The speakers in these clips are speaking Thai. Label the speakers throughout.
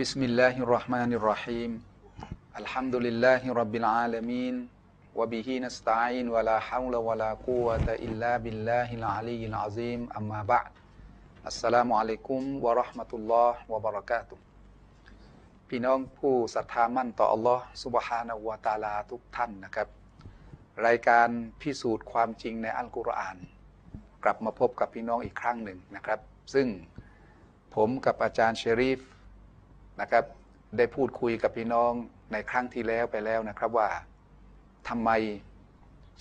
Speaker 1: بسم الله الرحمن الرحيم الحمد لله رب العالمين وبه نستعين ولا حول ولا قوة إلا بالله العلي العظيم أما بعد السلام عليكم ورحمة الله وبركاته พี่น้องผู้ศรัทธามั่นต่ออัลลอฮ์สุบฮานาวะตะอาลาทุกท่านนะครับ รายการพิสูจน์ความจริงในอัลกุรอาน กลับมาพบกับพี่น้องอีกครั้งหนึ่งนะครับ ซึ่งผมกับอาจารย์เชรีฟนะครับ ได้พูดคุยกับพี่น้องในครั้งที่แล้วไปแล้วนะครับว่าทำไม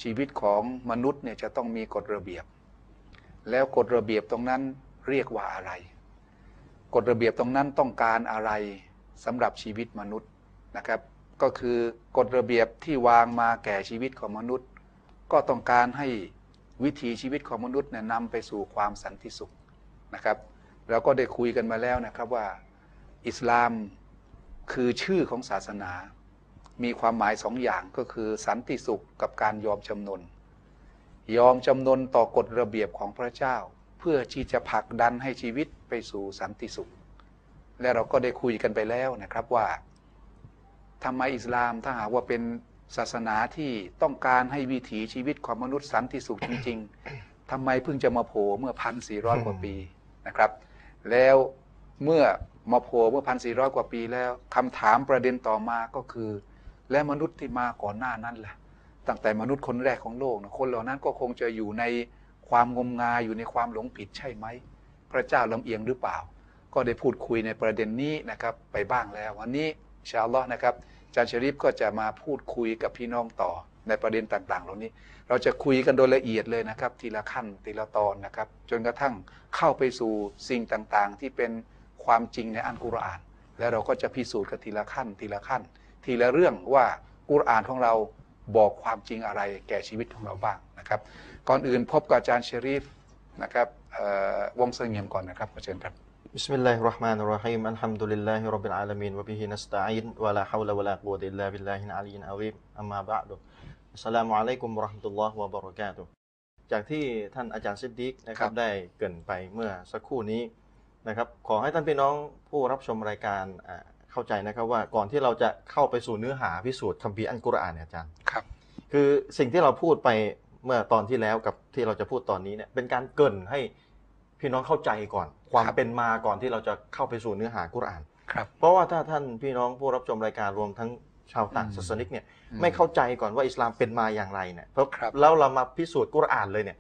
Speaker 1: ชีวิตของมนุษย์เนี่ยจะต้องมีกฎระเบียบ แล้วกฎระเบียบตรงนั้นเรียกว่าอะไร กฎระเบียบตรงนั้นต้องการอะไรสำหรับชีวิตมนุษย์นะครับ ก็คือกฎระเบียบที่วางมาแก่ชีวิตของมนุษย์ ก็ต้องการให้วิถีชีวิตของมนุษย์เนี่ยนำไปสู่ความสันติสุขนะครับเราก็ได้คุยกันมาแล้วนะครับว่า อิสลามคือชื่อของศาสนา มีความหมายสองอย่างก็คือสันติสุขกับการยอมจำนน ยอมจำนนต่อกฎระเบียบของพระเจ้า เพื่อที่จะผลักดันให้ชีวิตไปสู่สันติสุข และเราก็ได้คุยกันไปแล้วนะครับว่าทำไมอิสลามถ้าหากว่าเป็นศาสนาที่ต้องการให้วิถีชีวิตของมนุษย์สันติสุขจริง ๆทำไมเพิ่งจะมาโผล่เมื่อพันสี่ร้อยกว่าปีนะครับ แล้วเมื่อมาโผล่เมื่อพันสี่ร้อยกว่าปีแล้วคำถามประเด็นต่อมาก็คือ และมนุษย์ที่มาก่อนหน้านั้นล่ะ ตั้งแต่มนุษย์คนแรกของโลกนะคนเหล่านั้นก็คงจะอยู่ในความงมงายอยู่ในความหลงผิดใช่ไหม พระเจ้าลำเอียงหรือเปล่า ก็ได้พูดคุยในประเด็นนี้นะครับ ไปบ้างแล้ว วันนี้อินชาอัลลอฮ์นะครับอาจารย์ชริฟก็จะมาพูดคุยกับพี่น้องต่อในประเด็นต่างๆ เหล่านี้ เราจะคุยกันโดยละเอียดเลยนะครับ ทีละขั้นทีละตอนนะครับ จนกระทั่งเข้าไปสู่สิ่งต่างๆ ที่เป็นความจริงในอันกุรอาน และเราก็จะพิสูจน์กันทีละขั้น ทีละขั้น ทีละเรื่องว่ากุรอานของเราบอกความจริงอะไรแก่ชีวิตของเราบ้างนะครับ ก่อนอื่นพบกับอาจารย์เชริฟนะครับเอ่อวงเสงี่ยมก่อนนะครับขอเชิญครับ
Speaker 2: بسم الله الرحمن الرحيم الحمد لله رب العالمين وبه نستعين ولا حول ولا قوة إلا بالله العلي العظيم أما بعد السلام عليكم ورحمة الله وبركاته จากที่ท่านอาจารย์ซิดดิกนะค
Speaker 1: ค
Speaker 2: รั
Speaker 1: รับ บ
Speaker 2: ได้เกรินไปเมื่อสักครู่นี้นะครับขอให้ท่านพี่น้องผู้รับชมรายการอ่าเข้าใจนะครับว่าก่อนที่เราจะเข้าไปสู่เนื้อหาพิสูจน์คัมภีร์อันกุรอานเนี่ยอาจารย์
Speaker 1: ครับ
Speaker 2: คือสิ่งที่เราพูดไปเมื่อตอนที่แล้วกับที่เราจะพูดตอนนี้เนี่ยเป็นการเกรินให้พี่น้องเข้าใจก่อน ความ
Speaker 1: ครับ
Speaker 2: เป็นมาก่อนที่เราจะเข้าไปสู่เนื้อหากุรอาน
Speaker 1: ครับ
Speaker 2: เพราะว่าถ้าท่านพี่น้องผู้รับชมรายการรวมทั้งชาวต่าง
Speaker 1: อืม
Speaker 2: ศาสนิกเนี่ย
Speaker 1: อืม
Speaker 2: ไม่เข้าใจก่อนว่าอิสลามเป็นมาอย่างไรเนี่ยเพราะ
Speaker 1: ครับ
Speaker 2: แล้วเรามาพิสูจน์กุรอานเลยเนี่ย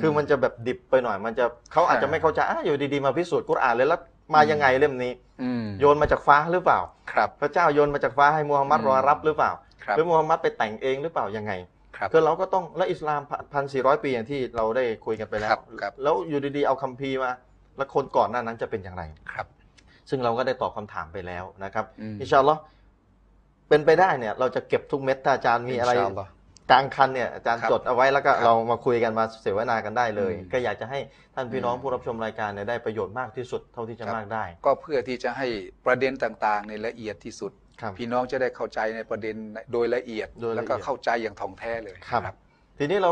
Speaker 2: คือมันจะแบบดิบไปหน่อยมันจะเขาอาจจะไม่เข้าใจอ่ะอยู่ดีๆมาพิสูจน์กุรอานเลยแล้วมา
Speaker 1: อืม
Speaker 2: ยังไงเล่มนี้
Speaker 1: อืม
Speaker 2: โยนมาจากฟ้าหรือเปล่า
Speaker 1: ครับ
Speaker 2: พระเจ้าโยนมาจากฟ้าให้มูฮัมหมัด
Speaker 1: อืม
Speaker 2: รอรับหรือเปล่า
Speaker 1: ครับ
Speaker 2: หรือมูฮัมหมัดไปแต่งเองหรือเปล่ายังไง
Speaker 1: ครับ
Speaker 2: คือเราก็ต้องและอิสลามพันสี่ร้อยปีอย่างที่เราได้คุยกันไปแล้
Speaker 1: ครั
Speaker 2: ว
Speaker 1: บครับ
Speaker 2: แล้วอยู่ดีๆเอาคัมภีร์มา แล้วคนก่อนหน้านั้นจะเป็นอย่างไร
Speaker 1: ครับ
Speaker 2: ซึ่งเราก็ได้ตอบคำถามไปแล้วนะครับ
Speaker 1: อืม
Speaker 2: อินชาอัลลอฮ์เป็นไปได้เนี่ยเราจะเก็บทุกเม็ดถ้าอาจารย์มีอะไร
Speaker 1: ชาล
Speaker 2: กลางคันเนี่ยอาจารย์
Speaker 1: ครับ
Speaker 2: จดเอาไว้แล้วก็
Speaker 1: ครับ
Speaker 2: เรามาคุยกันมาเสวนากันได้เลย
Speaker 1: อืม
Speaker 2: ก็อยากจะให้ท่านพี่น้อง
Speaker 1: อืม
Speaker 2: ผู้รับชมรายการเนี่ยได้ประโยชน์มากที่สุดเท่าที่จะ
Speaker 1: ครับ
Speaker 2: มากได้
Speaker 1: ก็เพื่อที่จะให้ประเด็นต่างๆในยละเอียดที่สุด
Speaker 2: ครับ
Speaker 1: พี่น้องจะได้เข้าใจในประเด็นโดยละเอียด
Speaker 2: โดยละเอียด
Speaker 1: แล้วก็เข้าใจอย่างถ่องแท้เลย
Speaker 2: ครับ ทีนี้เรา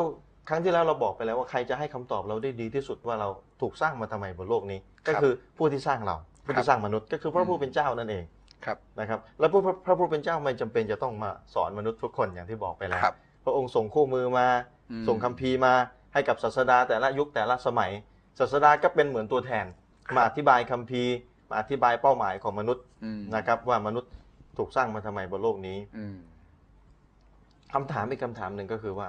Speaker 2: ครั้งที่แล้วเราบอกไปแล้วว่าใครจะให้คำตอบเราได้ดีที่สุดว่าเราถูกสร้างมาทำไมบนโลกนี้ ก็คือผู้ที่สร้างเราผู้ที่สร้างมนุษย์ก็คือพระผู้เป็นเจ้านั่นเอง
Speaker 1: ครับ
Speaker 2: นะครับและผู้พระผู้เป็นเจ้าไม่จำเป็นจะต้องมาสอนมนุษย์ทุกคนอย่างที่บอกไปแล้ว
Speaker 1: ครับ
Speaker 2: พระองค์ส่งคู่มือมา
Speaker 1: อืม
Speaker 2: ส่งคัมภีร์มาให้กับศาสดาแต่ละยุคแต่ละสมัย ศาสดาก็เป็นเหมือนตัวแทน
Speaker 1: ครับ
Speaker 2: มาอธิบายคัมภีร์มาอธิบายเป้าหมายของมนุษย์
Speaker 1: อืม
Speaker 2: นะครับ ว่ามนุษย์ถูกสร้างมาทำไมบนโลกนี้
Speaker 1: อืม
Speaker 2: คำถามอีกคำถามหนึ่งก็คือว่า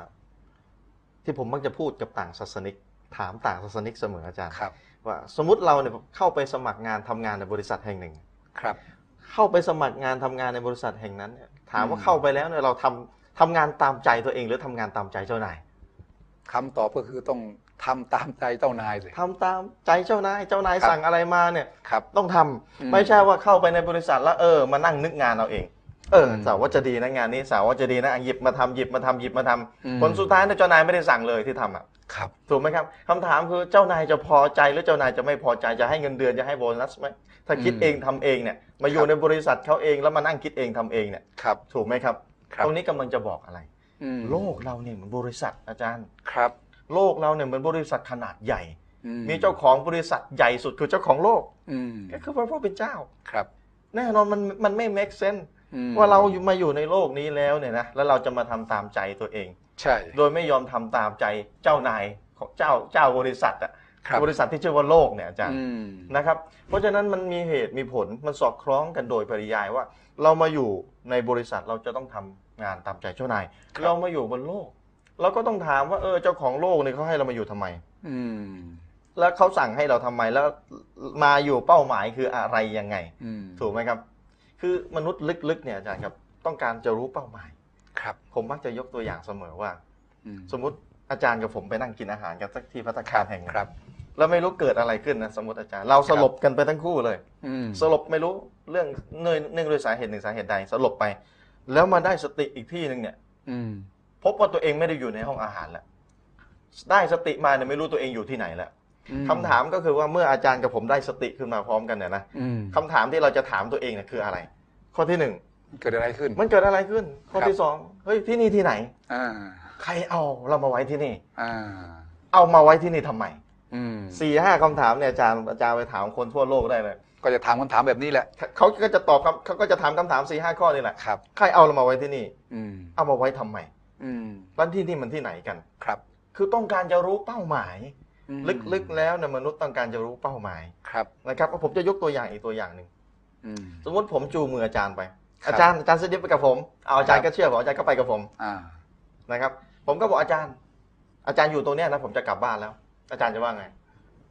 Speaker 2: ที่ผมมักจะพูดกับต่างศาสนิก ถามต่างศาสนิกเสมออาจารย์
Speaker 1: ครับ
Speaker 2: ว่าสมมติเราเนี่ยเข้าไปสมัครงานทำงานในบริษัทแห่งหนึ่ง
Speaker 1: ครับ
Speaker 2: เข้าไปสมัครงานทำงานในบริษัทแห่งนั้นเนี่ยถามว่า
Speaker 1: อืม
Speaker 2: เข้าไปแล้วเนี่ยเราทำทำงานตามใจตัวเอง หรือทำงานตามใจเจ้านาย
Speaker 1: คำตอบก็คือต้องทำตามใจเจ้านายสิ
Speaker 2: ทำตามใจเจ้านายเจ้านาย
Speaker 1: ครับ
Speaker 2: สั่งอะไรมาเนี่ย
Speaker 1: ครับ
Speaker 2: ต้องทำ
Speaker 1: อืม
Speaker 2: ไม่ใช่ว่าเข้าไปในบริษัทแล้วเออมานั่งนึกงานเราเอง เอออ
Speaker 1: ม
Speaker 2: สาวว่าจะดีนะงานนี้สาวว่าจะดีนะอ่ะหยิบมาทำหยิบมาทำหยิบมาทำ
Speaker 1: อืม
Speaker 2: ผลสุดท้ายเนี่ยเจ้านายไม่ได้สั่งเลยที่ทำอ่ะ
Speaker 1: ครับ
Speaker 2: ถูกไหมครับคำถามคือเจ้านายจะพอใจหรือเจ้านายจะไม่พอใจจะให้เงินเดือนจะให้โบนัสไหมถ้าคิด
Speaker 1: อืม
Speaker 2: เองทำเองเนี่ยมา
Speaker 1: ค
Speaker 2: อ
Speaker 1: รั
Speaker 2: ยู่
Speaker 1: บ
Speaker 2: ในบริษัทเขาเองแล้วมานั่งคิดเองทำเองเนี่ย
Speaker 1: ครับ
Speaker 2: ถูกไหมครับ
Speaker 1: ครับ
Speaker 2: ตรงนี้กำลังจะบอกอะไร
Speaker 1: อืม
Speaker 2: โลกเราเนี่ยเหมือนบริษัทอาจารย์
Speaker 1: ครับ
Speaker 2: โลกเราเนี่ยเหมือนบริษัทขนาดใหญ่
Speaker 1: อื
Speaker 2: มีเจ้าของบริษัทใหญ่สุดคือเจ้าของโลก
Speaker 1: อืม
Speaker 2: ก็คือพระผู้เป็นเจ้า
Speaker 1: ครับ
Speaker 2: แน่นอนมันมันไม่ make sense
Speaker 1: อืม
Speaker 2: ว่าเราอยู่มาอยู่ในโลกนี้แล้วเนี่ยนะแล้วเราจะมาทำตามใจตัวเอง
Speaker 1: ใช่
Speaker 2: โดยไม่ยอมทำตามใจเจ้านายของเจ้าเจ้าบริษัทอะ
Speaker 1: ครับ
Speaker 2: บริษัทที่ชื่อว่าโลกเนี่ยอาจารย์
Speaker 1: อืม
Speaker 2: นะครับ เพราะฉะนั้นมันมีเหตุมีผลมันสอดคล้องกันโดยปริยายว่า เรามาอยู่ในบริษัทเราจะต้องทำงานตามใจเจ้านาย เรามาอยู่บนโลก เราก็ต้องถามว่าเออเจ้าของโลกเนี่ยเขาให้เรามาอยู่ทำไม
Speaker 1: อืม
Speaker 2: แล้วเขาสั่งให้เราทำไมแล้วมาอยู่เป้าหมายคืออะไรยังไง
Speaker 1: อืม
Speaker 2: ถูกไหมครับ คือมนุษย์ลึกๆเนี่ยอาจารย์ครับต้องการจะรู้เป้าหมาย
Speaker 1: ครับ
Speaker 2: ผมมักจะยกตัวอย่างเสมอว่า
Speaker 1: อืม
Speaker 2: สมมติอาจารย์กับผมไปนั่งกินอาหารกันสักที่พัตตาคารแห่งหนึ่ง
Speaker 1: ครับ
Speaker 2: แล้วไม่รู้เกิดอะไรขึ้นนะสมมติอาจารย์ เราสลบกันไปทั้งคู่เลย
Speaker 1: อืม
Speaker 2: สลบไม่รู้เรื่องเนื่องเนื่องด้วยสาเหตุหนึ่งสาเหตุใดสลบไป แล้วมาได้สติอีกที่หนึ่งเนี่ย
Speaker 1: อืม
Speaker 2: พบว่าตัวเองไม่ได้อยู่ในห้องอาหารแล้วได้สติมาเนี่ยไม่รู้ตัวเองอยู่ที่ไหนแล้ว
Speaker 1: อื
Speaker 2: คำถามก็คือว่าเมื่ออาจารย์กับผมได้สติขึ้นมาพร้อมกันเนี่ยนะ
Speaker 1: อืม
Speaker 2: คำถามที่เราจะถามตัวเองเนี่ยคืออะไร ข้อที่หนึ่ง
Speaker 1: เกิดอะไรขึ้น
Speaker 2: มันเกิดอะไรขึ้น ข้อ
Speaker 1: ครับ
Speaker 2: ที่สองเฮ้ยที่นี่ที่ไหน
Speaker 1: อ่า
Speaker 2: ใครเอาเรามาไว้ที่นี่
Speaker 1: อ่า
Speaker 2: เอามาไว้ที่นี่ทำไม
Speaker 1: อืม
Speaker 2: สี่ห้าคำถามเนี่ยอาจารย์อาจารย์ไปถามคนทั่วโลกได้เลย
Speaker 1: ก็จะถามคำถามแบบนี้แหละ
Speaker 2: เขาก็จะตอบคำเขาก็จะถามคำถามสี่ห้าข้อนี่แหละ
Speaker 1: ครับ
Speaker 2: ใครเอาเรามาไว้ที่นี่
Speaker 1: อืม
Speaker 2: เอามาไว้ทำไม
Speaker 1: อืม
Speaker 2: แล้วที่นี่มันที่ไหนกัน
Speaker 1: ครับ
Speaker 2: คือต้องการจะรู้เป้าหมาย
Speaker 1: อืม
Speaker 2: ลึกๆแล้วเนี่ยมนุษย์ต้องการจะรู้เป้าหมาย
Speaker 1: ครับ
Speaker 2: นะครับผมจะยกตัวอย่างอีกตัวอย่างหนึ่ง
Speaker 1: อืม
Speaker 2: สมมติผมจูงมืออาจารย์ไป
Speaker 1: ครับ
Speaker 2: อาจารย์อาจารย์เสด็จไปกับผมเอาอาจารย์
Speaker 1: ครั
Speaker 2: ก็
Speaker 1: บ
Speaker 2: เชื่อผมอาจารย์ก็ไปกับผม
Speaker 1: อ่า
Speaker 2: นะครับ ผมก็บอกอาจารย์ อาจารย์อยู่ตรงเนี้ยนะผมจะกลับบ้านแล้ว อาจารย์จะว่าไง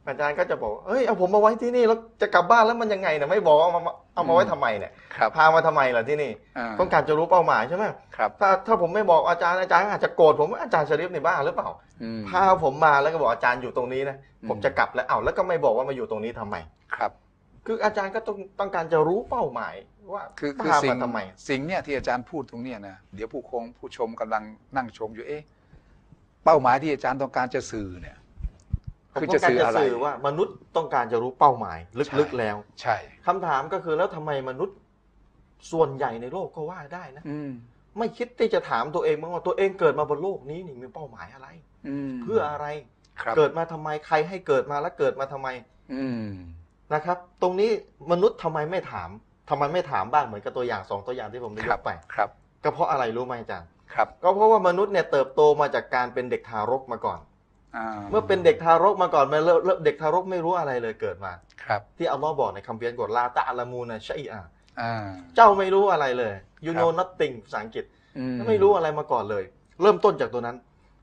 Speaker 2: อาจารย์ก็จะบอกเฮ้ยเอาผมมาไว้ที่นี่แล้วจะกลับบ้านแล้วมันยังไงเนี่ยไม่บอกเอามาเอามาไว้ทำไมเนี่ย
Speaker 1: ครับ
Speaker 2: พามาทำไมล่ะที่นี่
Speaker 1: อ่า
Speaker 2: ต้องการจะรู้เป้าหมายใช่ไหม
Speaker 1: ครับ
Speaker 2: ถ้าถ้าผมไม่บอกอาจารย์อาจารย์อาจจะโกรธผมว่าอาจารย์ชริฟนี่บ้าหรือเปล่า
Speaker 1: อืม
Speaker 2: พาผมมาแล้วก็บอกอาจารย์อยู่ตรงนี้นะ
Speaker 1: อืม
Speaker 2: ผมจะกลับแล้วเอาวแล้วก็ไม่บอกว่ามาอยู่ตรงนี้ทำไม
Speaker 1: ครับ
Speaker 2: คืออาจารย์ก็ต้องต้องการจะรู้เป้าหมายว่า
Speaker 1: คือคือ
Speaker 2: พา
Speaker 1: สิ่
Speaker 2: มาง ทำไม
Speaker 1: สิ่งเนี่ยที่อาจารย์พูดตรงเนี้ยนะเดี๋ยวผู้คงผู้ชมกำลังนั่งชมอยู่เอ๊ะเป้าหมายที่อาจารย์ต้องการจะสื่อเนี่ย
Speaker 2: ผม
Speaker 1: คือ
Speaker 2: ต้
Speaker 1: จะ
Speaker 2: องการ
Speaker 1: สื่อ
Speaker 2: จะ
Speaker 1: อะไร
Speaker 2: สื่อว่ามนุษย์ต้องการจะรู้เป้าหมาย ลึก
Speaker 1: ใช่
Speaker 2: ๆแล้ว
Speaker 1: ใช่
Speaker 2: คำถามก็คือแล้วทำไมมนุษย์ส่วนใหญ่ในโลกก็ว่าได้นะ
Speaker 1: อืม
Speaker 2: ไม่คิดที่จะถามตัวเองบ้างว่าตัวเองเกิดมาบนโลกนี้นี่มีเป้าหมายอะไร
Speaker 1: อืม
Speaker 2: เพื่ออะไร
Speaker 1: ครับ
Speaker 2: เกิดมาทำไมใครให้เกิดมาและเกิดมาทำไม
Speaker 1: อืม
Speaker 2: นะครับ ตรงนี้มนุษย์ทำไมไม่ถามทำไมไม่ถามบ้างเหมือนกับตัวอย่างสองตัวอย่างที่ผมได้ยกไป
Speaker 1: ครับ
Speaker 2: ก็เพราะอะไรรู้ไหมอาจารย์
Speaker 1: ครับ
Speaker 2: ก็เพราะว่ามนุษย์เนี่ยเติบโตมาจากการเป็นเด็กทารกมาก่อน
Speaker 1: า
Speaker 2: เมื่อเป็นเด็กทารกมาก่อนมาเริ่มเริ่มเด็กทารกไม่รู้อะไรเลยเกิดมา
Speaker 1: ครับ
Speaker 2: ที่อัลลอฮ์บอกในคัมภีร์กฎลาตะอาลามูนะชัยอา
Speaker 1: อ่า
Speaker 2: เจ้าไม่รู้อะไรเลย you
Speaker 1: ครับ
Speaker 2: know nothing ภาษาอังกฤษ
Speaker 1: อื
Speaker 2: ไม่รู้อะไรมาก่อนเลย เริ่มต้นจากตัวนั้น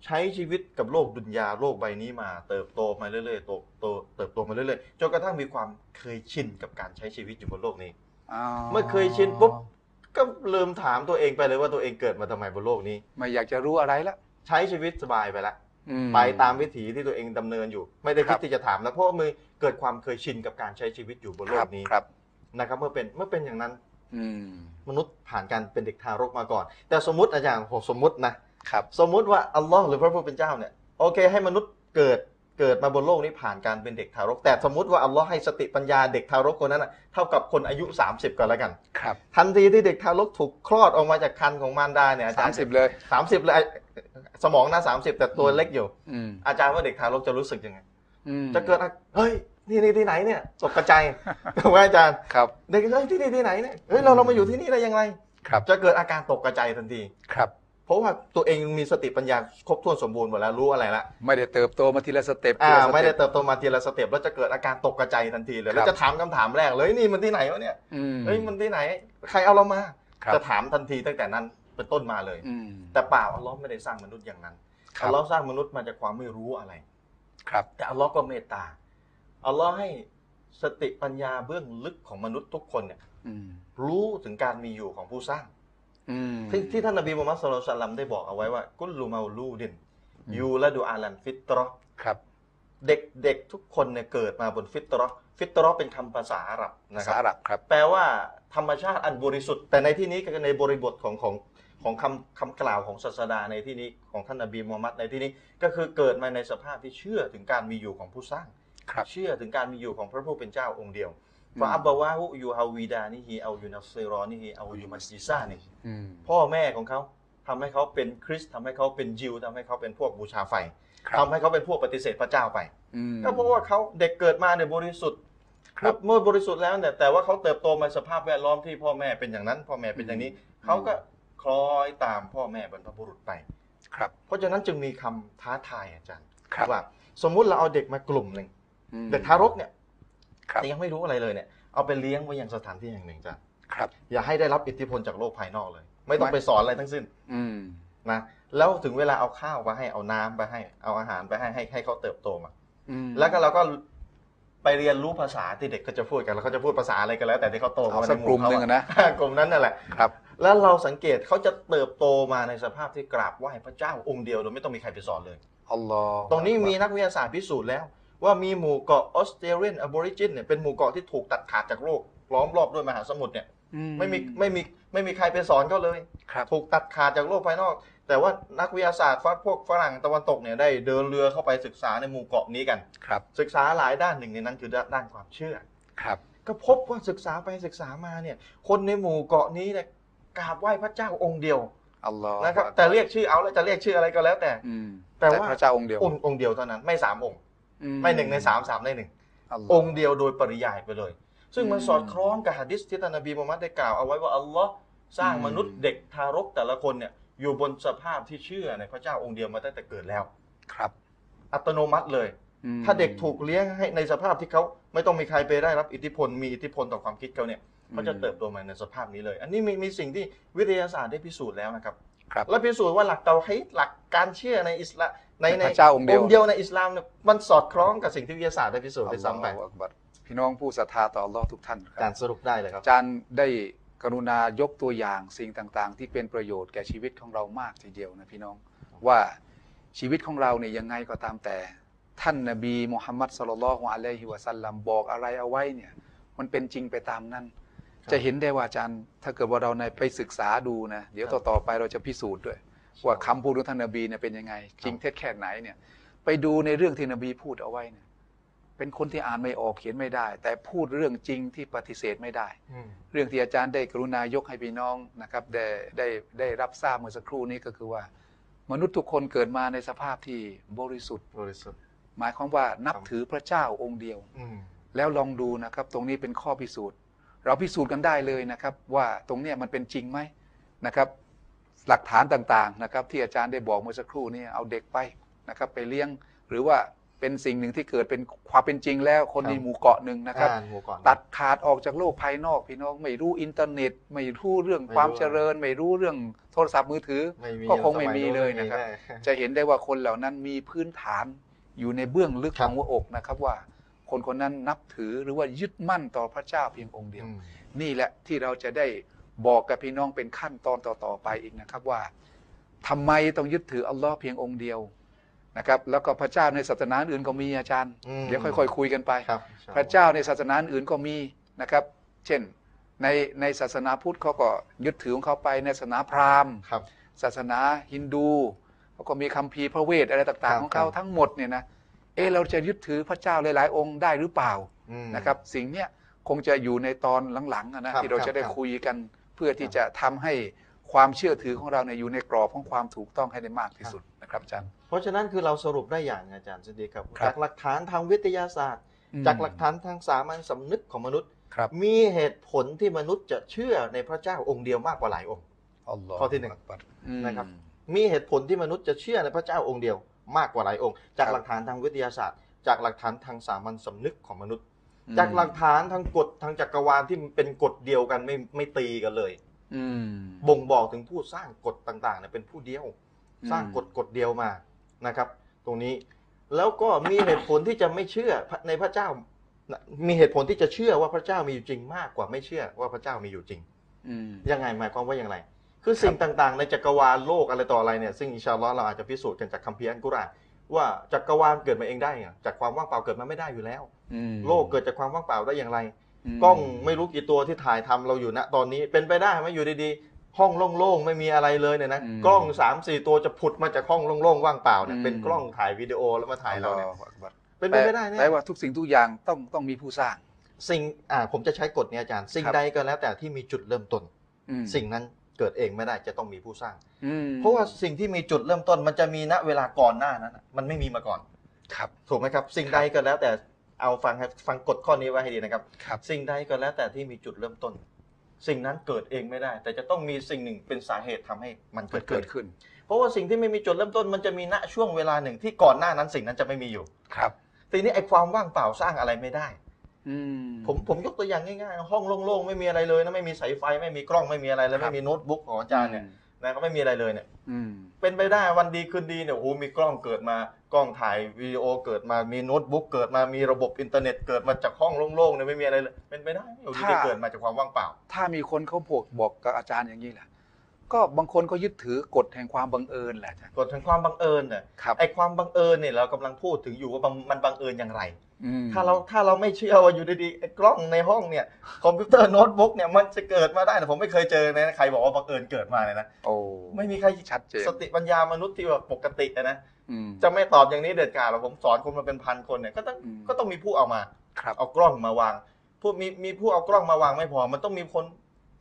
Speaker 2: ใช้ชีวิตกับโลกดุนยาโลกใบนี้มา เติบโตมาเรื่อยๆโตโตเติบโตมาเรื่อยๆจนกระทั่งมีความเคยชินกับการใช้ชีวิตอยู่บนโลกนี้
Speaker 1: อ๋อ
Speaker 2: เมื่อเคยชินปุ๊บ ก็ลืมถามตัวเองไปเลยว่าตัวเองเกิดมาทำไมบนโลกนี้
Speaker 1: ไม่อยากจะรู้อะไรละ
Speaker 2: ใช้ชีวิตสบายไปละ
Speaker 1: อื
Speaker 2: ไปตามวิถีที่ตัวเองดำเนินอยู่ ไม่ได้คิดที่จะถามแล้วเพราะว่ามือเกิดความเคยชินกับการใช้ชีวิตอยู่บนโล
Speaker 1: ครั
Speaker 2: กนี้
Speaker 1: ครับ
Speaker 2: นะครับเมื่อเป็นเมื่อเป็นอย่างนั้น
Speaker 1: อืม
Speaker 2: มนุษย์ผ่านการเป็นเด็กทารกมาก่อน แต่สมมติอาจารย์ผมสมมตินะครับ สมมติว่าอัลลอฮ์หรือพระผู้เป็นเจ้าเนี่ยโอเค ให้มนุษย์เกิดเกิดมาบนโลกนี้ผ่านการเป็นเด็กทารก แต่สมมติว่าอัลลอฮ์ให้สติปัญญาเด็กทารกคนนั้นนะเท่ากับคนอายุ 30กันแล้วกัน
Speaker 1: ครับ
Speaker 2: ทันทีที่เด็กทารกถูกคลอดออกมาจากครรภ์ของมารดาเนี่ยอาจา
Speaker 1: สาร ม
Speaker 2: ย์
Speaker 1: สิบเลย
Speaker 2: สามสิบเลยสมองนะสามสิบแต่ตัวเล็กอยู่
Speaker 1: อืม
Speaker 2: อาจารย์ว่าเด็กทารกจะรู้สึกยังไง
Speaker 1: อืม
Speaker 2: จะเกิดอะเฮ้ย นี่นี่ที่ไหนเนี่ยตกกระ จาย ถูกไหมอาจารย์
Speaker 1: ครับ
Speaker 2: เด็กเฮ้ยที่นี่ที่ไหนเนี่ย เฮ้ย เราเรามาอยู่ที่นี่ได้ยังไง
Speaker 1: ครับ
Speaker 2: จะเกิดอาการตกกระจายทันที
Speaker 1: ครับ
Speaker 2: เพราะว่าตัวเองมีสติปัญญาครบถ้วนสมบูรณ์หมดแล้วรู้อะไรละ
Speaker 1: ไม่ได้เติบโตมาทีละสเต็ป
Speaker 2: อ่า
Speaker 1: ทีละสเต็ป
Speaker 2: ไม่ได้เติบโตมาทีละสเต็ปแล้วจะเกิดอาการตกกระจายทันทีเลย แล้
Speaker 1: ค
Speaker 2: ว
Speaker 1: รับ
Speaker 2: จะถามคำถามแรกเลยนี่มันที่ไหนวะเนี่ย
Speaker 1: อืม
Speaker 2: เฮ้ย มันที่ไหน ใครเอาเรามา
Speaker 1: ครับ
Speaker 2: จะถามทันทีตั้งแต่นั้นเป็นต้นมาเลย
Speaker 1: อืม
Speaker 2: แต่เปล่าอัลเลอฮ์ไม่ได้สร้างมนุษย์อย่างนั้น
Speaker 1: ครั
Speaker 2: อั
Speaker 1: บ
Speaker 2: ลเลอฮ์สร้างมนุษย์มาจากความไม่รู้อะไร
Speaker 1: ครับ
Speaker 2: แต่อัลลอฮ์ก็เมตตา อัลลอฮ์ให้สติปัญญาเบื้องลึกของมนุษย์ทุกคนเนี่ย
Speaker 1: อืม
Speaker 2: รู้ถึงการมีอยู่ของผู้สร้าง
Speaker 1: อืม
Speaker 2: ที่ที่ท่านนบีมูฮัมมัดสุลตัลลัมได้บอกเอาไว้ว่า กุลลูมาลูดิน
Speaker 1: อืม
Speaker 2: ยูละดูอาลันฟิตรอฮ์
Speaker 1: ครับ
Speaker 2: เด็กเด็กทุกคนเนี่ยเกิดมาบนฟิตรอฮ์ฟิตรอฮ์เป็นคำภาษาอาหรับนะค
Speaker 1: สา
Speaker 2: รับ
Speaker 1: หรับครับ
Speaker 2: แปลว่าธรรมชาติอันบริสุทธิ์ แต่ในที่นี้ก็คือในบริบทของของของคำคำกล่าวของศาสดาในที่นี้ของท่านนบีมูฮัมมัดในที่นี้ก็คือเกิดมาในสภาพที่เชื่อถึงการมีอยู่ของผู้สร้าง
Speaker 1: ครับ
Speaker 2: เชื่อถึงการมีอยู่ของพระผู้เป็นเจ้าองค์เดียว
Speaker 1: อืม
Speaker 2: ฟาอับบาวาฮุยูฮาวีดานิฮีเอายูนัสซีรอนิฮีเอายูมัสซิซานี่
Speaker 1: อืม
Speaker 2: พ่อแม่ของเขาทำให้เขาเป็นคริสต์ทำให้เขาเป็นยิวทำให้เขาเป็นพวกบูชาไฟ
Speaker 1: ครั
Speaker 2: ทำ
Speaker 1: บ
Speaker 2: ให้เขาเป็นพวกปฏิเสธพระเจ้าไป
Speaker 1: อืม
Speaker 2: ก็เพราะว่าเขาเด็กเกิดมาในยบริสุทธิ์
Speaker 1: ครับ
Speaker 2: เมื่อเมื่อบริสุทธิ์แล้วเนี่ยแต่ว่าเขาเติบโตมาสภาพแวดล้อมที่พ่อแม่เป็นอย่างนั้น พ่อแม่เป็นอย่างนี้เขาก็คล้อยตามพ่อแม่บรรพบุรุษไป
Speaker 1: ครับ
Speaker 2: เพราะฉะนั้นจึงมีคำท้าทายอาจารย์
Speaker 1: ครับ
Speaker 2: ว่าสมมุติเราเอาเด็กมากลุ่มหนึ่ง
Speaker 1: อืม
Speaker 2: เด็กทารกเนี่ย
Speaker 1: ครับ
Speaker 2: แต่ยังไม่รู้อะไรเลยเนี่ยเอาไปเลี้ยงไว้ยังสถานที่แห่งหนึ่งอาจารย์
Speaker 1: ครับ
Speaker 2: อย่าให้ได้รับอิทธิพลจากโลกภายนอกเลย ไม่ต้อง
Speaker 1: ไม่
Speaker 2: ไปสอนอะไรทั้งสิ้น
Speaker 1: อืม
Speaker 2: นะแล้วถึงเวลาเอาข้าวมาให้เอาน้ำไปให้เอาอาหารไปให้ให้ให้เขาเติบโตมา
Speaker 1: อืม
Speaker 2: แล้วก็เราก็ไปเรียนรู้ภาษาที่เด็กก็จะพูดกันแล้วเขาจะพูดภาษาอะไรกันแล้วแต่ที่เขาโต
Speaker 1: เอา
Speaker 2: มา
Speaker 1: สัก
Speaker 2: ในห
Speaker 1: กลุ่ม
Speaker 2: เขา
Speaker 1: หนึ่ง
Speaker 2: อะ
Speaker 1: อะ นะ
Speaker 2: กลุ่มนั้นนั่นแหละ
Speaker 1: ครับ
Speaker 2: แล้วเราสังเกตเขาจะเติบโตมาในสภาพที่กราบไหว้พระเจ้าองค์เดียวโดยไม่ต้องมีใครไปสอนเลย
Speaker 1: อัลลอฮ์
Speaker 2: ตรงนี้มีนักวิทยาศาสตร์พิสูจน์แล้ว ว่ามีหมู่เกาะออสเตรเลียนอบอริจินเนี่ยเป็นหมู่เกาะที่ถูกตัดขาดจากโลกล้อมรอบด้วยมหาสมุทรเนี่ย
Speaker 1: อื
Speaker 2: ไม่มีไม่มีไม่มีใครไปสอนเขาเลย
Speaker 1: ครับ
Speaker 2: ถูกตัดขาดจากโลกภายนอก แต่ว่านักวิทยาศาสตร์พวกฝรั่งตะวันตกเนี่ยได้เดินเรือเข้าไปศึกษาในหมู่เกาะนี้กัน
Speaker 1: ครับ
Speaker 2: ศึกษาหลายด้านหนึ่งในนั้นคือด้านความเชื่อ
Speaker 1: ครับ
Speaker 2: ก็พบว่าศึกษาไปศึกษามาเนี่ยคนในหมู่เกาะนี้เนี่ยกราบไหว้พระเจ้าองค์เดียว
Speaker 1: อัลลอฮ์
Speaker 2: นะครับแต่เรียกชื่อเอาแล้วจะเรียกชื่ออะไรก็แล้วแต่
Speaker 1: อืม
Speaker 2: แต่
Speaker 1: แต่
Speaker 2: ว่า
Speaker 1: พระเจ้าองค์เดียว
Speaker 2: องค์องค์เดียวเท่านั้นไม่สามองค์
Speaker 1: อื
Speaker 2: ไม่หนึ่งในสามสามในหนึ่ง
Speaker 1: อัลลอฮ์
Speaker 2: องค์เดียวโดยปริยายไปเลย ซึ่งมัน
Speaker 1: อืม
Speaker 2: สอดคล้องกับฮะดิษที่ท่านนบีมูฮัมมัดได้กล่าวเอาไว้ว่าอัลลอฮ์สร้าง
Speaker 1: อืม
Speaker 2: มนุษย์เด็กทารกแต่ละคนเนี่ยอยู่บนสภาพที่เชื่อในพระเจ้าองค์เดียวมาตั้งแต่เกิดแล้ว
Speaker 1: ครับ
Speaker 2: อัตโนมัติเลย
Speaker 1: อืม
Speaker 2: ถ้าเด็กถูกเลี้ยงให้ในสภาพที่เขาไม่ต้องมีใครไปได้รับอิทธิพลมีอิทธิพลต่อความคิดเขาเนี่ย เขาจะเติบโตมาในสภาพนี้เลย อันนี้มีมีสิ่งที่วิทยาศาสตร์ได้พิสูจน์แล้วนะครับ
Speaker 1: ครับ
Speaker 2: และพิสูจน์ว่าหลักเตาฮีดหลักการเชื่อในอิสลามในใน
Speaker 1: พระเจ้าองค์เดียว
Speaker 2: ในอิสลามเนี่ยมันสอดคล้องกับสิ่งที่วิทยาศาสตร์ได้พิสูจน์ไปซ้ำไป
Speaker 1: อัลลอฮฺอักบัรพี่น้องผู้ศรัทธาต่ออัลลอฮ์ทุกท่านค
Speaker 2: กา
Speaker 1: รับ
Speaker 2: รสรุปได้เลยครับ
Speaker 1: อาจารย์ได้กรุณายกตัวอย่างสิ่งต่าง ๆ ที่เป็นประโยชน์แก่ชีวิตของเรามากทีเดียวนะพี่น้อง ว่าชีวิตของเราเนี่ยยังไงก็ตามแต่ ท่านนบีมุฮัมมัดสลลัลลอฮุอะลัยฮิวะสัลลัมบอกอะไรเอาไว้เนี่ย มันเป็นจริงไปตามนั้น
Speaker 2: ครับ
Speaker 1: จะเห็นได้ว่าอาจารย์ถ้าเกิดว่าเราในไปศึกษาดูนะ เดี๋ยว
Speaker 2: ครับ
Speaker 1: ต่อๆไปเราจะพิสูจน์ด้วย ว่าคำพูดของท่านนบีเนี่ยเป็นยังไง จริงเท็จแค่ไหนเนี่ย ไปดูในเรื่องที่นบีพูดเอาไว้เนี่ยเป็นคนที่อ่านไม่ออกเขียนไม่ได้ แต่พูดเรื่องจริงที่ปฏิเสธไม่ได้
Speaker 2: อืม
Speaker 1: เรื่องที่อาจารย์ได้กรุณายกให้พี่น้องนะครับได้ได้ได้รับทราบเมื่อสักครู่นี้ก็คือว่า มนุษย์ทุกคนเกิดมาในสภาพที่บริสุทธิ์
Speaker 2: บริสุทธิ์
Speaker 1: หมายความว่านับถือพระเจ้าองค์เดียว
Speaker 2: อืม
Speaker 1: แล้วลองดูนะครับ ตรงนี้เป็นข้อพิสูจน์ เราพิสูจน์กันได้เลยนะครับ ว่าตรงเนี้ยมันเป็นจริงไหมนะครับ หลักฐานต่างๆนะครับ ที่อาจารย์ได้บอกเมื่อสักครู่นี้เอาเด็กไปนะครับ ไปเลี้ยง หรือว่าเป็นสิ่งหนึ่งที่เกิดเป็นความเป็นจริงแล้วคนในหมู่เกาะหนึ่งนะครับ
Speaker 2: อ่านหมู่ก่อน
Speaker 1: ตัดขาดออกจากโลกภายนอกพี่น้องไม่รู้อินเทอร์เน็ต ไม่รู้เรื่องความ
Speaker 2: ไม่รู้
Speaker 1: เจริญ ไม่รู้เรื่องโทรศัพท์มือถือ
Speaker 2: ไม่มี
Speaker 1: ก็คงไม่มี
Speaker 2: ส
Speaker 1: เลยนะครับ
Speaker 2: ไม่มีแ
Speaker 1: จะเห็นได้ว่าคนเหล่านั้นมีพื้นฐานอยู่ในเบื้องลึก
Speaker 2: ค
Speaker 1: ข
Speaker 2: รั
Speaker 1: อ
Speaker 2: บ
Speaker 1: งหัวอกนะครับว่า คนคนนั้นนับถือหรือว่ายึดมั่นต่อพระเจ้าเพียงองค์เดียว
Speaker 2: อืม
Speaker 1: นี่แหละที่เราจะได้บอกกับพี่น้องเป็นขั้นตอนต่อๆไปอีกนะครับว่าทำไมต้องยึดถืออัลลอฮ์เพียงองค์เดียวนะครับ แล้วก็พระเจ้าในศาสนาอื่นก็มีอาจารย์
Speaker 2: อืม
Speaker 1: เดี๋ยวค่อยๆคุยกันไป
Speaker 2: ครับ
Speaker 1: พระเจ้าในศาสนาอื่นก็มีนะครับ เช่นในในศาสนาพุทธเขาก็ยึดถือของเขาไปในศาสนาพราหมณ์
Speaker 2: ครับ
Speaker 1: ศาสนาฮินดูเขาก็มีคัมภีร์พระเวทอะไรต่าง
Speaker 2: ครับ
Speaker 1: ๆ ของเขา
Speaker 2: ครับ
Speaker 1: ทั้งหมดเนี่ยนะเออเราจะยึดถือพระเจ้าหลายๆ องค์ได้หรือเปล่า
Speaker 2: อืม
Speaker 1: นะครับ สิ่งเนี้ยคงจะอยู่ในตอนหลังๆอะนะครับที่เรา
Speaker 2: ครับ
Speaker 1: จะได้
Speaker 2: ครับ
Speaker 1: คุยกันเพื่อที่
Speaker 2: ครับ
Speaker 1: จะทำให้ความเชื่อถือของเราเนี่ยอยู่ในกรอบของความถูกต้องให้ได้มากที่สุดนะครับอาจารย์
Speaker 2: เพราะฉะนั้นคือเราสรุปได้อย่างอาจารย์สวัสดีครับ
Speaker 1: ครับ
Speaker 2: จากหลักฐานทางวิทยาศาสตร์ จากหลักฐานทางสามัญสำนึกของมนุษย์
Speaker 1: ครับ
Speaker 2: มีเหตุผลที่มนุษย์จะเชื่อในพระเจ้าองค์เดียวมากกว่าหลายองค์
Speaker 1: อัลลอฮ์
Speaker 2: ข้อที่หนึ่ง
Speaker 1: กบัรอืม
Speaker 2: นะครับ มีเหตุผลที่มนุษย์จะเชื่อในพระเจ้าองค์เดียวมากกว่าหลายองค์ จาก
Speaker 1: ครับ
Speaker 2: หลักฐานทางวิทยาศาสตร์ จากหลักฐานทางสามัญสำนึกของมนุษย์
Speaker 1: อืม
Speaker 2: จากหลักฐานทางกฎทางจักรวาลที่เป็นกฎเดียวกันไม่ไม่ตีกันเลย
Speaker 1: อืม
Speaker 2: บ่งบอกถึงผู้สร้างกฎต่างๆเนี่ยเป็นผู้เดียว
Speaker 1: อืม
Speaker 2: สร้างกฎกฎเดียวมานะครับ ตรงนี้แล้วก็มีเหตุผลที่จะไม่เชื่อในพระเจ้า มีเหตุผลที่จะเชื่อว่าพระเจ้ามีอยู่จริงมากกว่าไม่เชื่อว่าพระเจ้ามีอยู่จริง
Speaker 1: อืม
Speaker 2: ยังไงหมายความว่าอย่างไร คือสิ่งต่างๆ ในจักรวาลโลกอะไรต่ออะไรเนี่ยซึ่งอินชาอัลลอฮ์เราอาจจะพิสูจน์กันจากคัมภีร์อัลกุรอานว่าจักรวาลเกิดมาเองได้ไงจากความว่างเปล่าเกิดมาไม่ได้อยู่แล้ว
Speaker 1: อืม
Speaker 2: โลกเกิดจากความว่างเปล่าได้อย่างไร
Speaker 1: ม
Speaker 2: กล้องไม่รู้กี่ตัวที่ถ่ายทำเราอยู่ณตอนนี้เป็นไปได้ไหมอยู่ดีๆ ห้องโล่งๆไม่มีอะไรเลยเนี่ยนะ
Speaker 1: อืม
Speaker 2: กล้อง3ามสี่ตัวจะผุดมาจากห้องโล่งๆว่างเปล่าเนี่ย
Speaker 1: อืม
Speaker 2: เป็นกล้องถ่ายวิดีโอแล้วมาถ่ายเราเนี่ย
Speaker 1: อัลลอฮ์อักบัร
Speaker 2: เป็นไปไม่ได้
Speaker 1: แปล
Speaker 2: แน่
Speaker 1: ว่าทุกสิ่งทุกอย่างต้องต้องมีผู้สร้าง
Speaker 2: สิ่งอ่าผมจะใช้กฎเนี้อาจารย์สิ่ง
Speaker 1: ครับ
Speaker 2: ใดก็แล้วแต่ที่มีจุดเริ่มต้น
Speaker 1: อืม
Speaker 2: สิ่งนั้นเกิดเองไม่ได้จะต้องมีผู้สร้าง
Speaker 1: อืม
Speaker 2: เพราะว่าสิ่งที่มีจุดเริ่มต้นมันจะมีณเวลาก่อนหน้านั้นน่ะมันไม่มีมาก่อน
Speaker 1: ครับ
Speaker 2: ถูกไหมครับ สิ่งใดก็แล้วแต่ เอาฟังครับฟังกฎข้อนี้ไว้ให้ดีนะครับ
Speaker 1: ครับ
Speaker 2: สิ่งใดก็แล้วแต่ที่มีจุดเริ่มต้น สิ่งนั้นเกิดเองไม่ได้ แต่จะต้องมีสิ่งหนึ่งเป็นสาเหตุทำให้มันเกิด
Speaker 1: เกิ
Speaker 2: ขึ้น
Speaker 1: ดขึ้น
Speaker 2: เพราะว่าสิ่งที่ไม่มีจุดเริ่มต้นมันจะมีณช่วงเวลาหนึ่งที่ก่อนหน้านั้นสิ่งนั้นจะไม่มีอยู่
Speaker 1: ครับ
Speaker 2: ทีนี้ไอ้ความว่างเปล่าสร้างอะไรไม่ได้
Speaker 1: อืม
Speaker 2: ผมผมยกตัวอย่างง่ายๆนะห้องโล่งๆไม่มีอะไรเลยนะไม่มีสายไฟไม่มีกล้องไม่มีอะไรเลย
Speaker 1: ครับ
Speaker 2: ไม่มีโน้ตบุ๊กของอาจารย์เนี่ยนะก็ไม่มีอะไรเลยเนี่ย
Speaker 1: อืม
Speaker 2: เป็นไปได้วันดีคืนดีเนี่ยโอ้โหมีกล้องเกิดมากล้องถ่ายวิดีโอเกิดมามีโน้ตบุ๊กเกิดมามีระบบอินเทอร์เน็ตเกิดมาจากห้องโล่งๆเนี่ยไม่มีอะไรเลยเป็นไปได้ไหมอยู่ดีๆเกิดมาจากความว่างเปล่า
Speaker 1: ถ้ามีคนเขาบอกบอกกับอาจารย์อย่างนี้แหละก็บางคนก็ยึดถือกฎแห่งความบังเอิญแหละอาจารย์
Speaker 2: กฎแห่งความบังเอิญเนี่ย
Speaker 1: ครับ
Speaker 2: ไอความบังเอิญเนี่ยเรากำลังพูดถึงอยู่ว่าบังมันบังเอิญอย่างไร
Speaker 1: อืม
Speaker 2: ถ้าเราถ้าเราไม่เชื่อว่าอยู่ดีๆไอ้กล้องในห้องเนี่ยคอมพิวเตอร์โน้ตบุ๊กเนี่ยมันจะเกิดมาได้นะผมไม่เคยเจอเลยนะใครบอกว่าบังเอิญเกิดมาเลยนะ
Speaker 1: โอ้
Speaker 2: ไม่มีใคร
Speaker 1: ชัดเจน
Speaker 2: สติปัญญามนุษย์ที่แบบปกติอะนะ
Speaker 1: อืม
Speaker 2: จะไม่ตอบอย่างนี้เด็ดขาดหรอกผมสอนคนมาเป็นพันคนเนี่ยก็ต้อง
Speaker 1: อืม
Speaker 2: ก็ต้องมีผู้เอามา
Speaker 1: ครับ
Speaker 2: เอากล้องมาวางผู้มีมีผู้เอากล้องมาวางไม่พอ มันต้องมีคน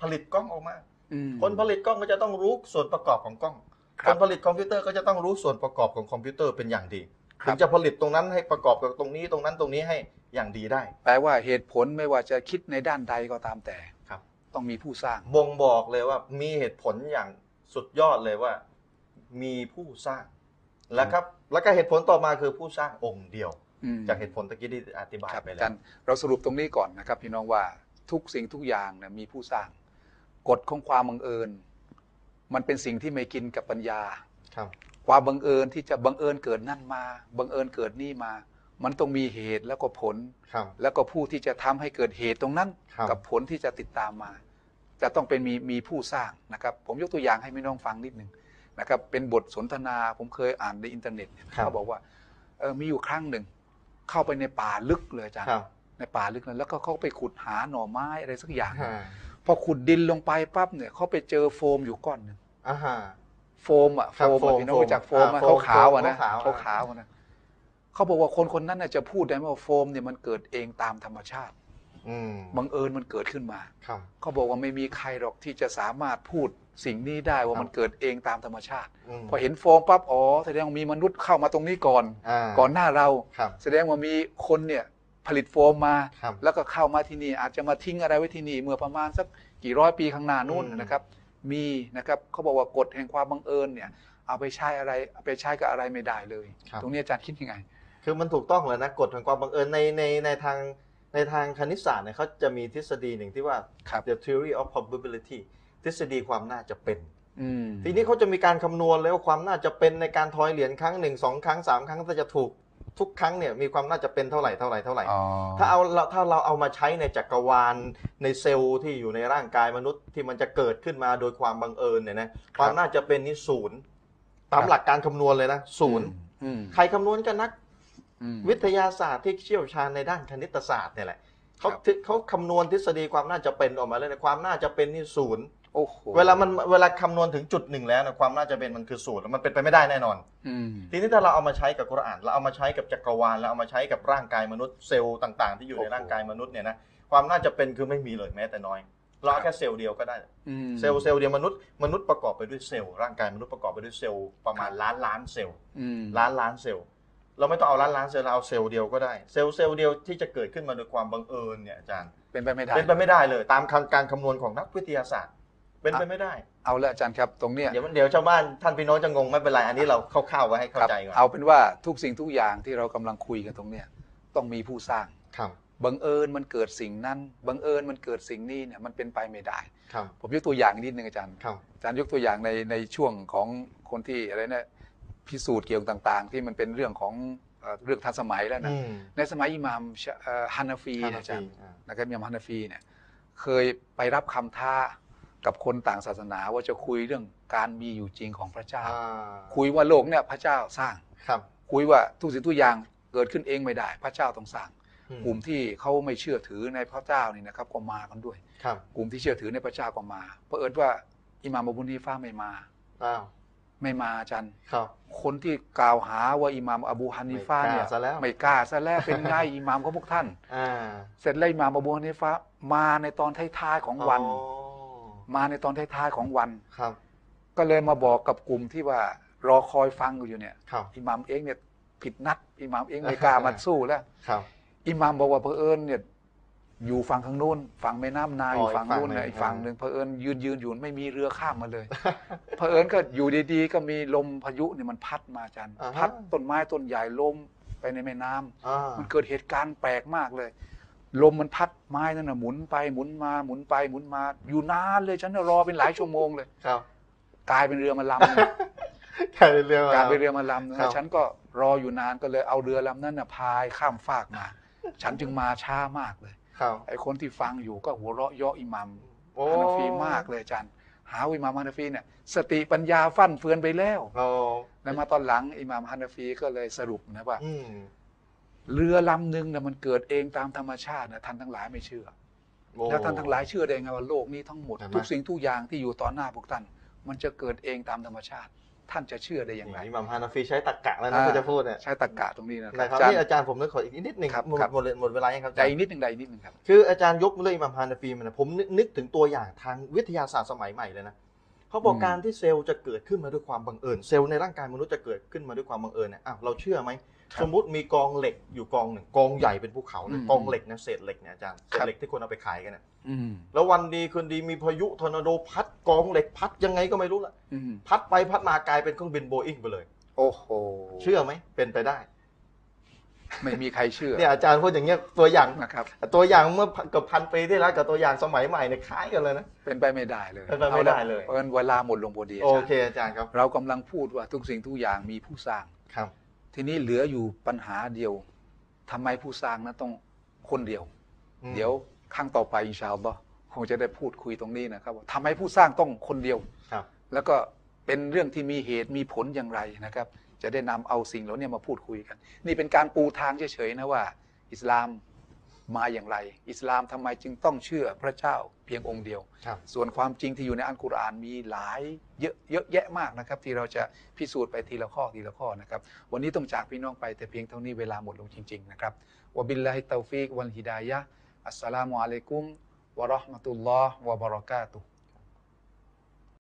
Speaker 2: ผลิตกล้องออกมา
Speaker 1: อืม
Speaker 2: คนผลิตกล้องก็จะต้องรู้ส่วนประกอบของกล้อง
Speaker 1: ค
Speaker 2: ครับ นผลิตคอมพิวเตอร์ก็จะต้องรู้ส่วนประกอบของคอมพิวเตอร์เป็นอย่างดี
Speaker 1: ครับ
Speaker 2: ถึงจะผลิตตรงนั้นให้ประกอบกับตรงนี้ตรงนั้นตรงนี้ให้อย่างดีได้
Speaker 1: แปลว่าเหตุผลไม่ว่าจะคิดในด้านใดก็ตามแต่
Speaker 2: ครับ
Speaker 1: ต้องมีผู้สร้าง
Speaker 2: บ่งบอกเลยว่ามีเหตุผลอย่างสุดยอดเลยว่ามีผู้สร้าง แล้วครับ แล้วก็เหตุผลต่อมาคือผู้สร้างองค์เดียว
Speaker 1: อืม
Speaker 2: จากเหตุผลตะกี้ที่อธิบาย
Speaker 1: ครับ
Speaker 2: ไปแล้
Speaker 1: กั
Speaker 2: วน
Speaker 1: เราสรุปตรงนี้ก่อนนะครับพี่น้องว่าทุกสิ่งทุกอย่างเนยมีผู้สร้าง กฎของความบังเอิญ มันเป็นสิ่งที่ไม่กินกับปัญญา
Speaker 2: ครับ
Speaker 1: ความบังเอิญที่จะบังเอิญเกิดนั่นมาบังเอิญเกิดนี่มา มันต้องมีเหตุแล้วก็ผล
Speaker 2: ครับ
Speaker 1: แล้วก็ผู้ที่จะทำให้เกิดเหตุตรงนั้น
Speaker 2: ครับ
Speaker 1: กับผลที่จะติดตามมา จะต้องเป็นมีมีผู้สร้างนะครับ ผมยกตัวอย่างให้พี่น้องฟังนิดหนึ่งนะครับ เป็นบทสนทนาผมเคยอ่านในอินเทอร์เน็ตเนี่ย
Speaker 2: ครับ
Speaker 1: เขาบอกว่าเออมีอยู่ครั้งหนึ่ง เข้าไปในป่าลึกเลยอาจารย์
Speaker 2: ครับ
Speaker 1: ในป่าลึกเลยแล้วก็เขาไปขุดหาหน่อไม้อะไรสักอย่าง
Speaker 2: อ่า
Speaker 1: พอขุดดินลงไปปั๊บเนี่ยเขาไปเจอโฟมอยู่ก้อนหนึ่ง
Speaker 2: อ่าฮะ
Speaker 1: โฟมอะ
Speaker 2: ครับ
Speaker 1: โฟม
Speaker 2: โฟ
Speaker 1: อะ
Speaker 2: ม
Speaker 1: พี่น้อง
Speaker 2: โฟม
Speaker 1: รู้จากโฟมอะ
Speaker 2: อ่าโฟม
Speaker 1: ขาวๆอะนะ
Speaker 2: ขาวๆอะ
Speaker 1: ขาวๆอะนะเขาบอกว่าคนคนนั้นน่ะจะพูดได้ไหมว่าโฟมเนี่ยมันเกิดเองตามธรรมชาติ
Speaker 2: อืม
Speaker 1: บังเอิญมันเกิดขึ้นมา
Speaker 2: ครับ
Speaker 1: เขาบอกว่าไม่มีใครหรอกที่จะสามารถพูดสิ่งนี้ได้ว่า
Speaker 2: ครับ
Speaker 1: มันเกิดเองตามธรรมชาติ
Speaker 2: อืม
Speaker 1: พอเห็นโฟมปั๊บอ๋อแสดงว่ามีมนุษย์เข้ามาตรงนี้ก่อน
Speaker 2: า
Speaker 1: ก่อนหน้าเรา
Speaker 2: ครับ
Speaker 1: แสดงว่ามีคนเนี่ยผลิตโฟมมา
Speaker 2: ครับ
Speaker 1: แล้วก็เข้ามาที่นี่อาจจะมาทิ้งอะไรไว้ที่นี่เมื่อประมาณสักกี่ร้อยปีข้างหน้านู่น
Speaker 2: อืม
Speaker 1: นะครับ มีนะครับเขาบอกว่ากฎแห่งความบังเอิญเนี่ย เอาไปใช้อะไรเอาไปใช้กับอะไรไม่ได้เลย
Speaker 2: ครับ
Speaker 1: ตรงนี้อาจารย์คิดยังไง
Speaker 2: คือมันถูกต้องเลยนะกฎของความบังเอิญในในในทางในทางคณิตศาสตร์เนี่ยเขาจะมีทฤษฎีหนึ่งที่ว่า
Speaker 1: ครับ
Speaker 2: the theory of probability ทฤษฎีความน่าจะเป็น
Speaker 1: อืม
Speaker 2: ทีนี้เขาจะมีการคำนวณแล้วว่าความน่าจะเป็นในการทอยเหรียญครั้งหนึ่งสองครั้งสามครั้งถ้าจะถูกทุกครั้งเนี่ยมีความน่าจะเป็นเท่าไหร่เท่าไหร่เท่าไหร่
Speaker 1: อ๋อ
Speaker 2: ถ้าเอาเราถ้าเราเอามาใช้ในจักรวาลในเซลล์ที่อยู่ในร่างกายมนุษย์ที่มันจะเกิดขึ้นมาโดยความบังเอิญเนี่ยนะความน่าจะเป็นนี่ศูนย์ตามหลักการคำนวณเลยนะศูนย์
Speaker 1: อืม
Speaker 2: ใครคำนวณก็นัก
Speaker 1: อืม
Speaker 2: วิทยาศาสตร์ที่เชี่ยวชาญในด้านคณิตศาสตร์เนี่ยแหละเขา
Speaker 1: ครับ
Speaker 2: ถึงเขาคำนวณทฤษฎีความน่าจะเป็นออกมาเลยนะความน่าจะเป็นนี่ศูนย์
Speaker 1: โอ้โห
Speaker 2: เวลามันเวลาคำนวณถึงจุดหนึ่งแล้วนะความน่าจะเป็นมันคือศูนย์แล้วมันเป็นไปไม่ได้แน่นอน
Speaker 1: อืม
Speaker 2: ทีนี้ถ้าเราเอามาใช้กับกุรอานเราเอามาใช้กับจักรวาลเราเอามาใช้กับร่างกายมนุษย์เซลล์ต่างๆ ที่อยู่ใน
Speaker 1: โอ้โห
Speaker 2: ร่างกายมนุษย์เนี่ยนะความน่าจะเป็นคือไม่มีเลยแม้แต่น้อยเราเอาแค่เซลล์เดียวก็ได้
Speaker 1: อืม
Speaker 2: เซลล์เซลล์เดียวมนุษย์มนุษย์ประกอบไปด้วยเซลล์ร่างกายมนุษย์ประกอบไปด้วยเซลล์ประมาณล้านล้านเซลล์
Speaker 1: อืม
Speaker 2: ล้านล้านเซลล์เราไม่ต้องเอาล้านล้านเซลล์เราเอาเซลล์เดียวก็ได้ เซลล์เซลล์เดียวที่จะเกิดขึ้นมาโดยความบังเอิญเนี่ยอาจารย์
Speaker 1: เป็นไปไม่ได้
Speaker 2: เป็นไปไม่ได้เลย ตามคำการคำนวณของนักวิทยาศาสตร์ เป็นไปไม่ได้
Speaker 1: เอาละอาจารย์ครับ ตรงเนี้ย
Speaker 2: เดี๋ยวเดี๋ยวชาวบ้านท่านพี่น้องจะงงไม่เป็นไรอันนี้เราคร่าวๆไว้ให้เข้า
Speaker 1: ครับ
Speaker 2: ใจก่อน
Speaker 1: เอาเป็นว่าทุกสิ่งทุกอย่างที่เรากำลังคุยกันตรงเนี้ยต้องมีผู้สร้าง
Speaker 2: ครับ
Speaker 1: บังเอิญมันเกิดสิ่งนั้น บังเอิญมันเกิดสิ่งนี้เนี่ยมันเป็นไปไม่ได้
Speaker 2: ครับ
Speaker 1: ผมยกตัวอย่างนิดนึงอาจารย์
Speaker 2: ครับ
Speaker 1: อาจารย์ยกตัวอย่างในในช่วงของคนที่อะไรนะพิสูจน์เกี่ยวกับต่าง ๆ ที่มันเป็นเรื่องของเอ่อเรื่องทันสมัยแล้วนะ
Speaker 2: อืม
Speaker 1: ในสมัยอิหม่ามชะเอ่อฮานาฟี
Speaker 2: ห้า
Speaker 1: เนี่ยอา
Speaker 2: นา
Speaker 1: จา
Speaker 2: ที
Speaker 1: รย์
Speaker 2: อ่า
Speaker 1: นะครับยามฮานาฟีเนี่ยเคยไปรับคำท้ากับคนต่างศาสนาว่าจะคุยเรื่องการมีอยู่จริงของพระเจ้า คุยว่าโลกเนี่ยพระเจ้าสร้าง
Speaker 2: ครับ
Speaker 1: คุยว่าทุกสิ่งทุกอย่างเกิดขึ้นเองไม่ได้ พระเจ้าต้องสร้าง
Speaker 2: อื
Speaker 1: กลุ่มที่เขาไม่เชื่อถือในพระเจ้านี่นะครับก็มากันด้วย
Speaker 2: ครับ
Speaker 1: กลุ่มที่เชื่อถือในพระเจ้าก็มาเผอิญว่าอิหม่ามอบุนีฟ้าไม่มา
Speaker 2: อ้าว
Speaker 1: ไม่มาอาจารย์
Speaker 2: ครับ
Speaker 1: คนที่กล่าวหาว่าอิหม่ามอบูฮานิฟ้าเนี่ย
Speaker 2: ไม่กล้ซะแล้ว
Speaker 1: ไม่กล้าซะแล้วเป็นไงอิหม่ามของพวกท่าน
Speaker 2: อ่า
Speaker 1: เสร็จแล้วอิหม่ามอบูฮานิฟ้ามาในตอนท้ายๆของวัน
Speaker 2: อ๋อ
Speaker 1: มาในตอนท้ายๆของวัน
Speaker 2: ครับ
Speaker 1: ก็เลยมาบอกกับกลุ่มที่ว่ารอคอยฟังอยู่เนี่ย
Speaker 2: ครับ
Speaker 1: อิหมัมเองเนี่ยผิดนัดอิหมัมเองไม่กล้ามาสู้แล้ว
Speaker 2: ครับ
Speaker 1: อิหม่ามบอกว่าเผอิญเนี่ยอยู่ฝั่งข้างนู้นฝั่งแม่น้ำนาอ
Speaker 2: อ๋ออยู่
Speaker 1: ฝั่งนู้นนะ
Speaker 2: อี
Speaker 1: อี
Speaker 2: ก
Speaker 1: ก
Speaker 2: ฝั่
Speaker 1: ฝั่
Speaker 2: ง
Speaker 1: ง
Speaker 2: ห
Speaker 1: ห
Speaker 2: นึ่
Speaker 1: นึ่ง
Speaker 2: ง
Speaker 1: เผอิญยืนยืนอยู่ไม่มีเรือข้ามมาเลย เผอิญก็อยู่ดีๆ ก็มีลมพายุเนี่ยมันพัดมาอาจัน
Speaker 2: อ่าฮะ
Speaker 1: พัดต้นไม้ต้นใหญ่ล้มไปในแม่น้ำ
Speaker 2: อ่า
Speaker 1: มันเกิดเหตุการณ์แปลกมากเลย ลมมันพัดไม้นั่นน่ะหมุนไปหมุนมาหมุนไปหมุนมา อยู่นานเลยฉันน่ะรอเป็นหลายชั่วโมงเลย
Speaker 2: ครับ
Speaker 1: กลายเป็นเรือมาลำห นึ่ง
Speaker 2: กลายเป็นเรื่อง
Speaker 1: การไป
Speaker 2: ว
Speaker 1: เรือมาลำ
Speaker 2: ครั
Speaker 1: นะ
Speaker 2: บ
Speaker 1: ฉันก็รออยู่นานก็เลยเอาเรือลำนั้นนะพายข้ามฟากมา ฉันจึงมาช้ามากเลย
Speaker 2: ครับ
Speaker 1: ไอ้คนที่ฟังอยู่ก็หัวเราะเยาะอิหมัม
Speaker 2: โอ้
Speaker 1: ฮานาฟีมากเลยอาจันหาว่าอิหมัมฮานาฟีเนี่ยสติปัญญาฟั่นเฟือนไปแล้ว
Speaker 2: เรา
Speaker 1: แล้วมาตอนหลังอิหมัมฮานาฟีก็เลยสรุปนะว่า
Speaker 2: อืม
Speaker 1: เรือลำหนึ่งนะมันเกิดเองตามธรรมชาตินะท่านทั้งหลายไม่เชื่อ
Speaker 2: โอ้
Speaker 1: แล้วท่านทั้งหลายเชื่อได้ไงว่าโลกนี้ทั้งหมด
Speaker 2: เห็นไหม
Speaker 1: ทุกสิ่งทุกอย่างที่อยู่ต่อหน้าพวกท่านมันจะเกิดเองตามธรรมชาติ ท่านจะเชื่อได้อย่างไร
Speaker 2: อิหม่ามฮานาฟีใช้ตรรกะแล้วนะ
Speaker 1: อ่า
Speaker 2: ที่จะพูดเนี่ย
Speaker 1: ใช้ตรรกะตรงนี้นะครั
Speaker 2: นะ
Speaker 1: บ
Speaker 2: ครับ
Speaker 1: อาจารย์
Speaker 2: นี่อาจารย์ผมนึกขออีกนิดหนึ่ง
Speaker 1: ครับ
Speaker 2: หมด
Speaker 1: ครับ
Speaker 2: หมดเลยหมดเวลายังครับอา
Speaker 1: ใจ
Speaker 2: จารย์
Speaker 1: นิดหนึ่งใจนิดหนึ่งครับ
Speaker 2: คืออาจารย์ยกเรื่องอิหมัมฮานาฟีมาเนี่ยผมนึกนึกถึงตัวอย่างทางวิทยาศาสตร์สมัยใหม่เลยนะเขาบอก
Speaker 1: อืม
Speaker 2: การที่เซลล์จะเกิดขึ้นมาด้วยความบังเอิญเซลล์ในร่างกายมนุษย์จะเกิดขึ้นมาด้วยความบังเอิญเนี่ยอ้าวเราเชื่อไหมสมมติมีกองเหล็กอยู่กองหนึ่งกองใหญ่เป็นภูเขาเลยกองเหล็กนะเศษเหล็กเนี่ยอาจารย์เศษเหล็กที่คนเอาไปขายกันเนี่ย
Speaker 1: อืม
Speaker 2: แล้ววันดีคืนดีมีพายุทอร์นาโดพัดกองเหล็กพัดยังไงก็ไม่รู้ละ
Speaker 1: อืม
Speaker 2: พัดไปพัดมากลายเป็นเครื่องบินโบอิงไปเลย
Speaker 1: โอ้โห
Speaker 2: เชื่อไหมเป็นไปได้
Speaker 1: ไม่มีใครเชื่อ
Speaker 2: เนี่ยอาจารย์พูดอย่างเงี้ยตัวอย่าง
Speaker 1: นะครับ
Speaker 2: ตัวอย่างเมื่อเกับพันปีที่แล้วกับตัวอย่างสมัยใหม่เนี่ยคล้ายกันเลยนะ
Speaker 1: เป็นไปไม่ได้เลย
Speaker 2: เป็นไปไม่ได้เลย
Speaker 1: อาะเพราะฉะนั้นเวลาหมดลงพอดีอา
Speaker 2: โอ
Speaker 1: จารย์
Speaker 2: เคอาจารย์ครับ
Speaker 1: เรากำลังพูดว่าทุกสิ่งทุกอย่างมีผู้สร้าง
Speaker 2: ครับ
Speaker 1: ทีนี้เหลืออยู่ปัญหาเดียวทำไมผู้สร้างนั้นต้องคนเดียว
Speaker 2: อืม
Speaker 1: เดี๋ยวครั้งต่อไปอินชาอัลลอฮ์คงจะได้พูดคุยตรงนี้นะครับว่าทำไมผู้สร้างต้องคนเดียว
Speaker 2: ครับ
Speaker 1: แล้วก็เป็นเรื่องที่มีเหตุมีผลอย่างไรนะครับ จะได้นำเอาสิ่งเหล่านี้มาพูดคุยกัน นี่เป็นการปูทางเฉยๆนะว่า อิสลามมาอย่างไร อิสลามทำไมจึงต้องเชื่อพระเจ้าเพียงองค์เดียว
Speaker 2: ครับ
Speaker 1: ส่วนความจริงที่อยู่ในอัลกุรอานมีหลายเยอะเยอะแยะมากนะครับ ที่เราจะพิสูจน์ไปทีละข้อทีละข้อนะครับ วันนี้ต้องจากพี่น้องไปแต่เพียงเท่านี้เวลาหมดลงจริงๆนะครับวะบิลลาฮิตตาฟิกวัลฮิดายะฮ์อัสสลามุอะลัยกุมวะเราะห์มะตุลลอฮ์วะบะเราะกาตุฮ์